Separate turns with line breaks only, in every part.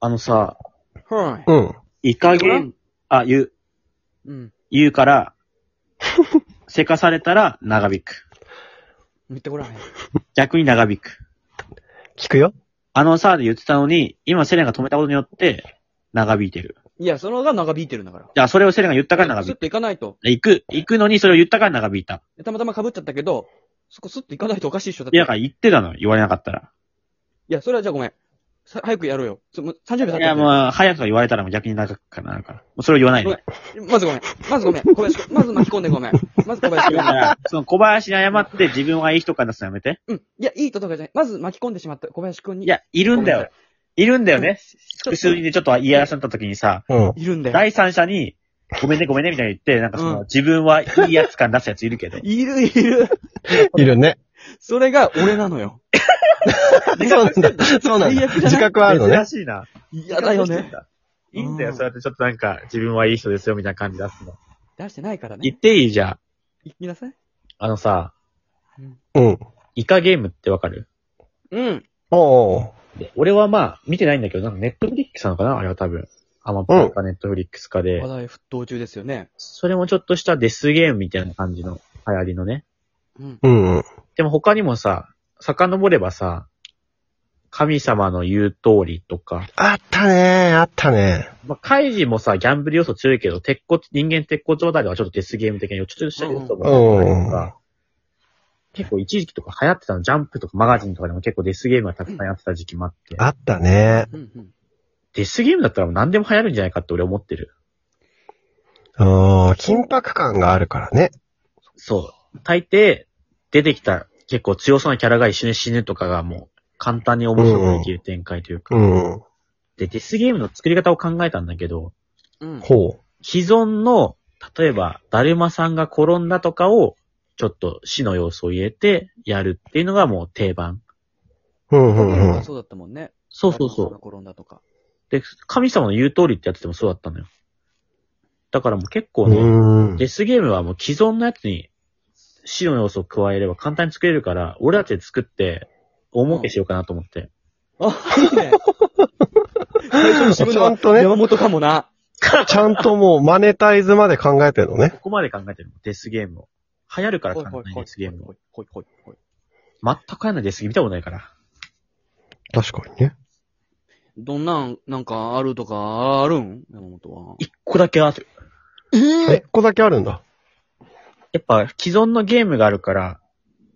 あのさ、
はい。
うん。
イカゲン、あ、言う、
うん。
言うから、せかされたら長引く。
言ってごらん。
逆に長引く。
聞くよ。
あのさ、で言ってたのに、今セレンが止めたことによって、長引いてる。
いや、そのが長引いてるんだから。
じゃあ、それをセレンが言ったから長
スッ
引く。
と行かないと。
行く、行くのにそれを言ったから長引いた。
たまたま被っちゃったけど、そこスッと行かないとおかしいっしょ。だって
いや、だから言ってたのよ言われなかったら。
いや、それはじゃあごめん。さ早くやろうよ。つもう30秒経っ
い
た
や、もう、早く言われたらもう逆に長くかなるから。もうそれを言わないで。
まずごめん。まずごめん。小林君。まず巻き込んでごめん。まず小林
だか
君。
ら、その小林に謝って自分はいい人か出すのやめて。
うん。いや、いいととかじゃない。まず巻き込んでしまった小林君に。
い、や、いるんだよ。いるんだよね。複数人でちょっと言い争った時にさ、
うん。
いるんだよ。
第三者に、ごめんねごめんねみたいに言って、なんかその、
うん
自分はいいやつ感出すやついるけど。
いるいる。
いるね。
それが俺なのよ。
そうなんだ。そうなん
最悪じ
だ。
ゃない
自覚はあるのね。
しいな。
嫌だよね。。
いいんだよ、
うん
そうやってちょっとなんか、自分はいい人ですよみたいな感じ出すの。
出してないから
言
ね
っ。ていいじゃん。
行きなさい。
あのさ、
うん。
イカゲームってわかる
うん。
おうおう。
で俺はまあ、見てないんだけど、なんかネットフリックスなのかなあれは多分。アマプラかネットフリックスかで。
話題沸騰中ですよね。
それもちょっとしたデスゲームみたいな感じの流行りのね。
うん。
うんうん。
でも他にもさ、遡ればさ、神様の言う通りとか、
あったねあったね
まあ、カイジもさ、ギャンブル要素強いけど、鉄骨、人間鉄骨あたりはちょっとデスゲーム的にちょっとした要素もあったりと
うんうん
か、結構一時期とか流行ってたの、ジャンプとかマガジンとかでも結構デスゲームがたくさんやってた時期もあって、
あったね
うんうん。
デスゲームだったらもう何でも流行るんじゃないかって俺思ってる。
うん。緊迫感があるからね。
そう。大抵、出てきた結構強そうなキャラが一緒に死ぬとかがもう、簡単に面白くできる展開というか、
うん。
で、デスゲームの作り方を考えたんだけど、
うん。
ほ
既存の、例えば、だるまさんが転んだとかを、ちょっと死の要素を入れてやるっていうのがもう定番。
う。うんうんうん。
そうだったもんね。
そうそうそ
旦那さんが
う。
転んだとか。
で、神様の言う通りってやっててもそうだったのよ。だからもう結構
う
ね、
ん。
デスゲームはもう既存のやつに死の要素を加えれば簡単に作れるから、俺たちで作って、大儲けしようかなと思って。
あ、いい ね。最初に自分
ち
の
ゃんとね、
山本かもな。
ちゃんともうマネタイズまで考えてるのね。
ここまで考えてるの、デスゲームを。流行るから
ほい
簡
ほ
単に
いほい
デスゲームを。
ほいほいほいほい。
全くやんないです。見たことないから。
確かにね。
どんなん、なんかあるとか、あるん山本は。
一個だけある。
一個だけあるんだ。
やっぱ既存のゲームがあるから、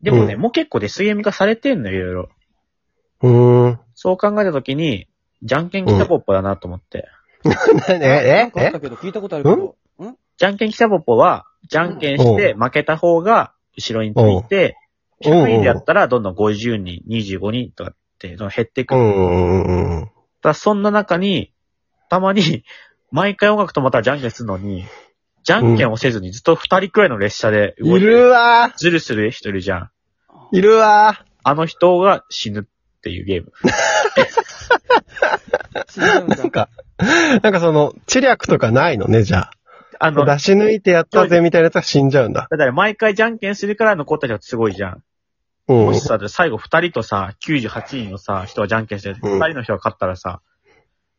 でもね、
う
もう結構デスゲーム化されてんのよ、いろいろ。
うーん。
そう考えたときに、じゃんけんきたぽっぽだなと思って。
なん
え、え、
かあっ
え
たけど、聞いたことあるけど。ん
じゃんけんきたぽっぽは、じゃんけんして負けた方が後ろについて、
うん
100人でやったらどんどん50人、25人とかってどんどん減っていく。
う
だか
んうんうん。
らそんな中に、たまに、毎回音楽止まったらじゃんけんするのに、じゃんけんをせずにずっと2人くらいの列車で動い
い
て
るわ
ズルする人いるじゃん。
ーいるわー
あの人が死ぬっていうゲーム。
死んじゃうんだ
なんか、なんかその、知略とかないのね、じゃ
あ
あ。
の、
出し抜いてやったぜみたいなやつは死んじゃうんだ。
だから毎回じゃんけんするから残った人はすごいじゃん。
うん
も。しさ、最後二人とさ、98人のさ、人はじゃんけんして、二
うん
人の人が勝ったらさ、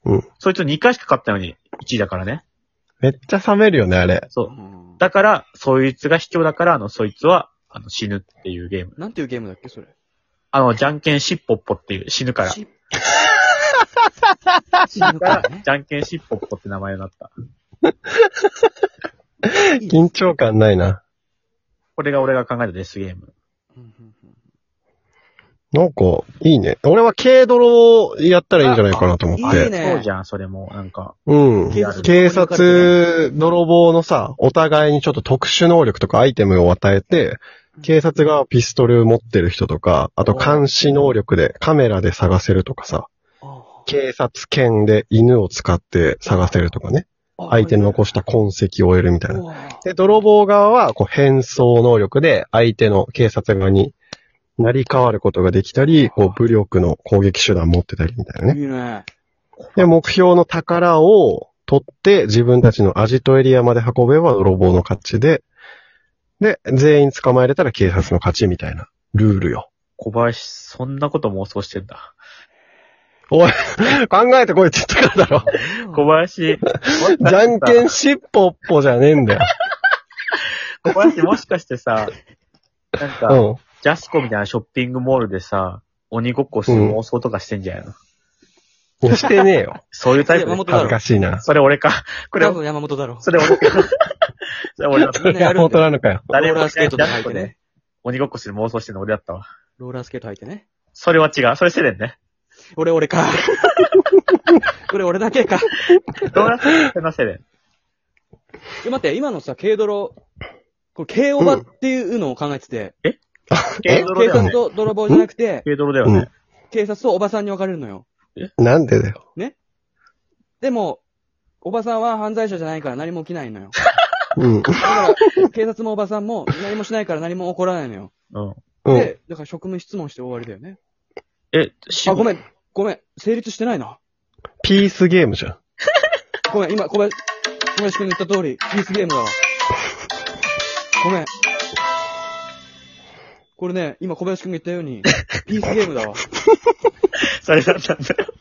うん
そいつ2回しか勝ったのに1位だからね。
めっちゃ冷めるよね、あれ。
そうう。
ん
だから、そいつが卑怯だから、あの、そいつは、あの、死ぬっていうゲーム。
なんていうゲームだっけ、それ。
あの、じゃんけんしっぽっぽっていう、死ぬから。
し死ぬからね。
じゃんけんしっぽっぽって名前になった。
いいね
緊張感ないな。
これが俺が考えたデスゲーム。
うんうんうん
なんか、いいね。俺は軽泥をやったらいいんじゃないかなと思っ
あいい
て。
ね
そうじゃん、それも。なんか、
うん。警察、泥棒のさ、お互いにちょっと特殊能力とかアイテムを与えて、警察がピストル持ってる人とか、あと監視能力でカメラで探せるとかさ、
あ
警察犬で犬を使って探せるとかね、
あ
相手の残した痕跡を追えるみたいな
う。わぁ
で、泥棒側は、こう、変装能力で、相手の警察側になり変わることができたり、こう、武力の攻撃手段持ってたりみたいなね。
いい ね。
で、目標の宝を取って、自分たちのアジトエリアまで運べば泥棒の勝ちで、で、全員捕まえれたら警察の勝ちみたいな、ルールよ。
小林、そんなこと妄想してんだ。
おい、考えてこいって言って からだろ。
小 林。
じゃんけんしっぽっぽじゃねえん だよ。
小林もしかしてさ、なんか、
うん。
ジャスコみたいなショッピングモールでさ、鬼ごっこする妄想とかしてんじゃないの、
いやしてねえよ。
そういうタイプ
いや守
で
っ。てた
恥ずかしいな。
それ俺か。これ
多、分山本だろ。
それ俺 か。それ俺だ。
みんなやるん
本当
だよ。
なのかよ。
誰
ロー
も
ラースケートとか履い
ジャ
て
スコで
ね。
鬼ごっこする妄想してるの俺だったわ。
ローラースケート履いてね。
それは違う。それセレンね。
俺、俺 か。これ俺だけか。
どうなってそれのセレ ン。
え、待って、今のさ、軽泥、これ、軽おばっていうのを考えてて、
軽
え
泥だ
警
よ
察
ね。
と泥棒じゃなくて、
軽泥だよね。
警察とおばさんに分かれるのよ。
なんでだよ。
でも、おばさんは犯罪者じゃないから何も起きないのよ。
うん。
だから、警察もおばさんも何もしないから何も起こらないのよ。
うん。
うん。
で、だから職務質問して終わりだよね。
え、し
あ、ごめ
ん。
ん、ごめん、成立してないな。
ピースゲームじゃん。
ごめん、今、小林、小林くんの言った通り、ピースゲームだわ。ごめん。これね、今小林くんが言ったように、ピースゲームだわ。
それだったんだよ。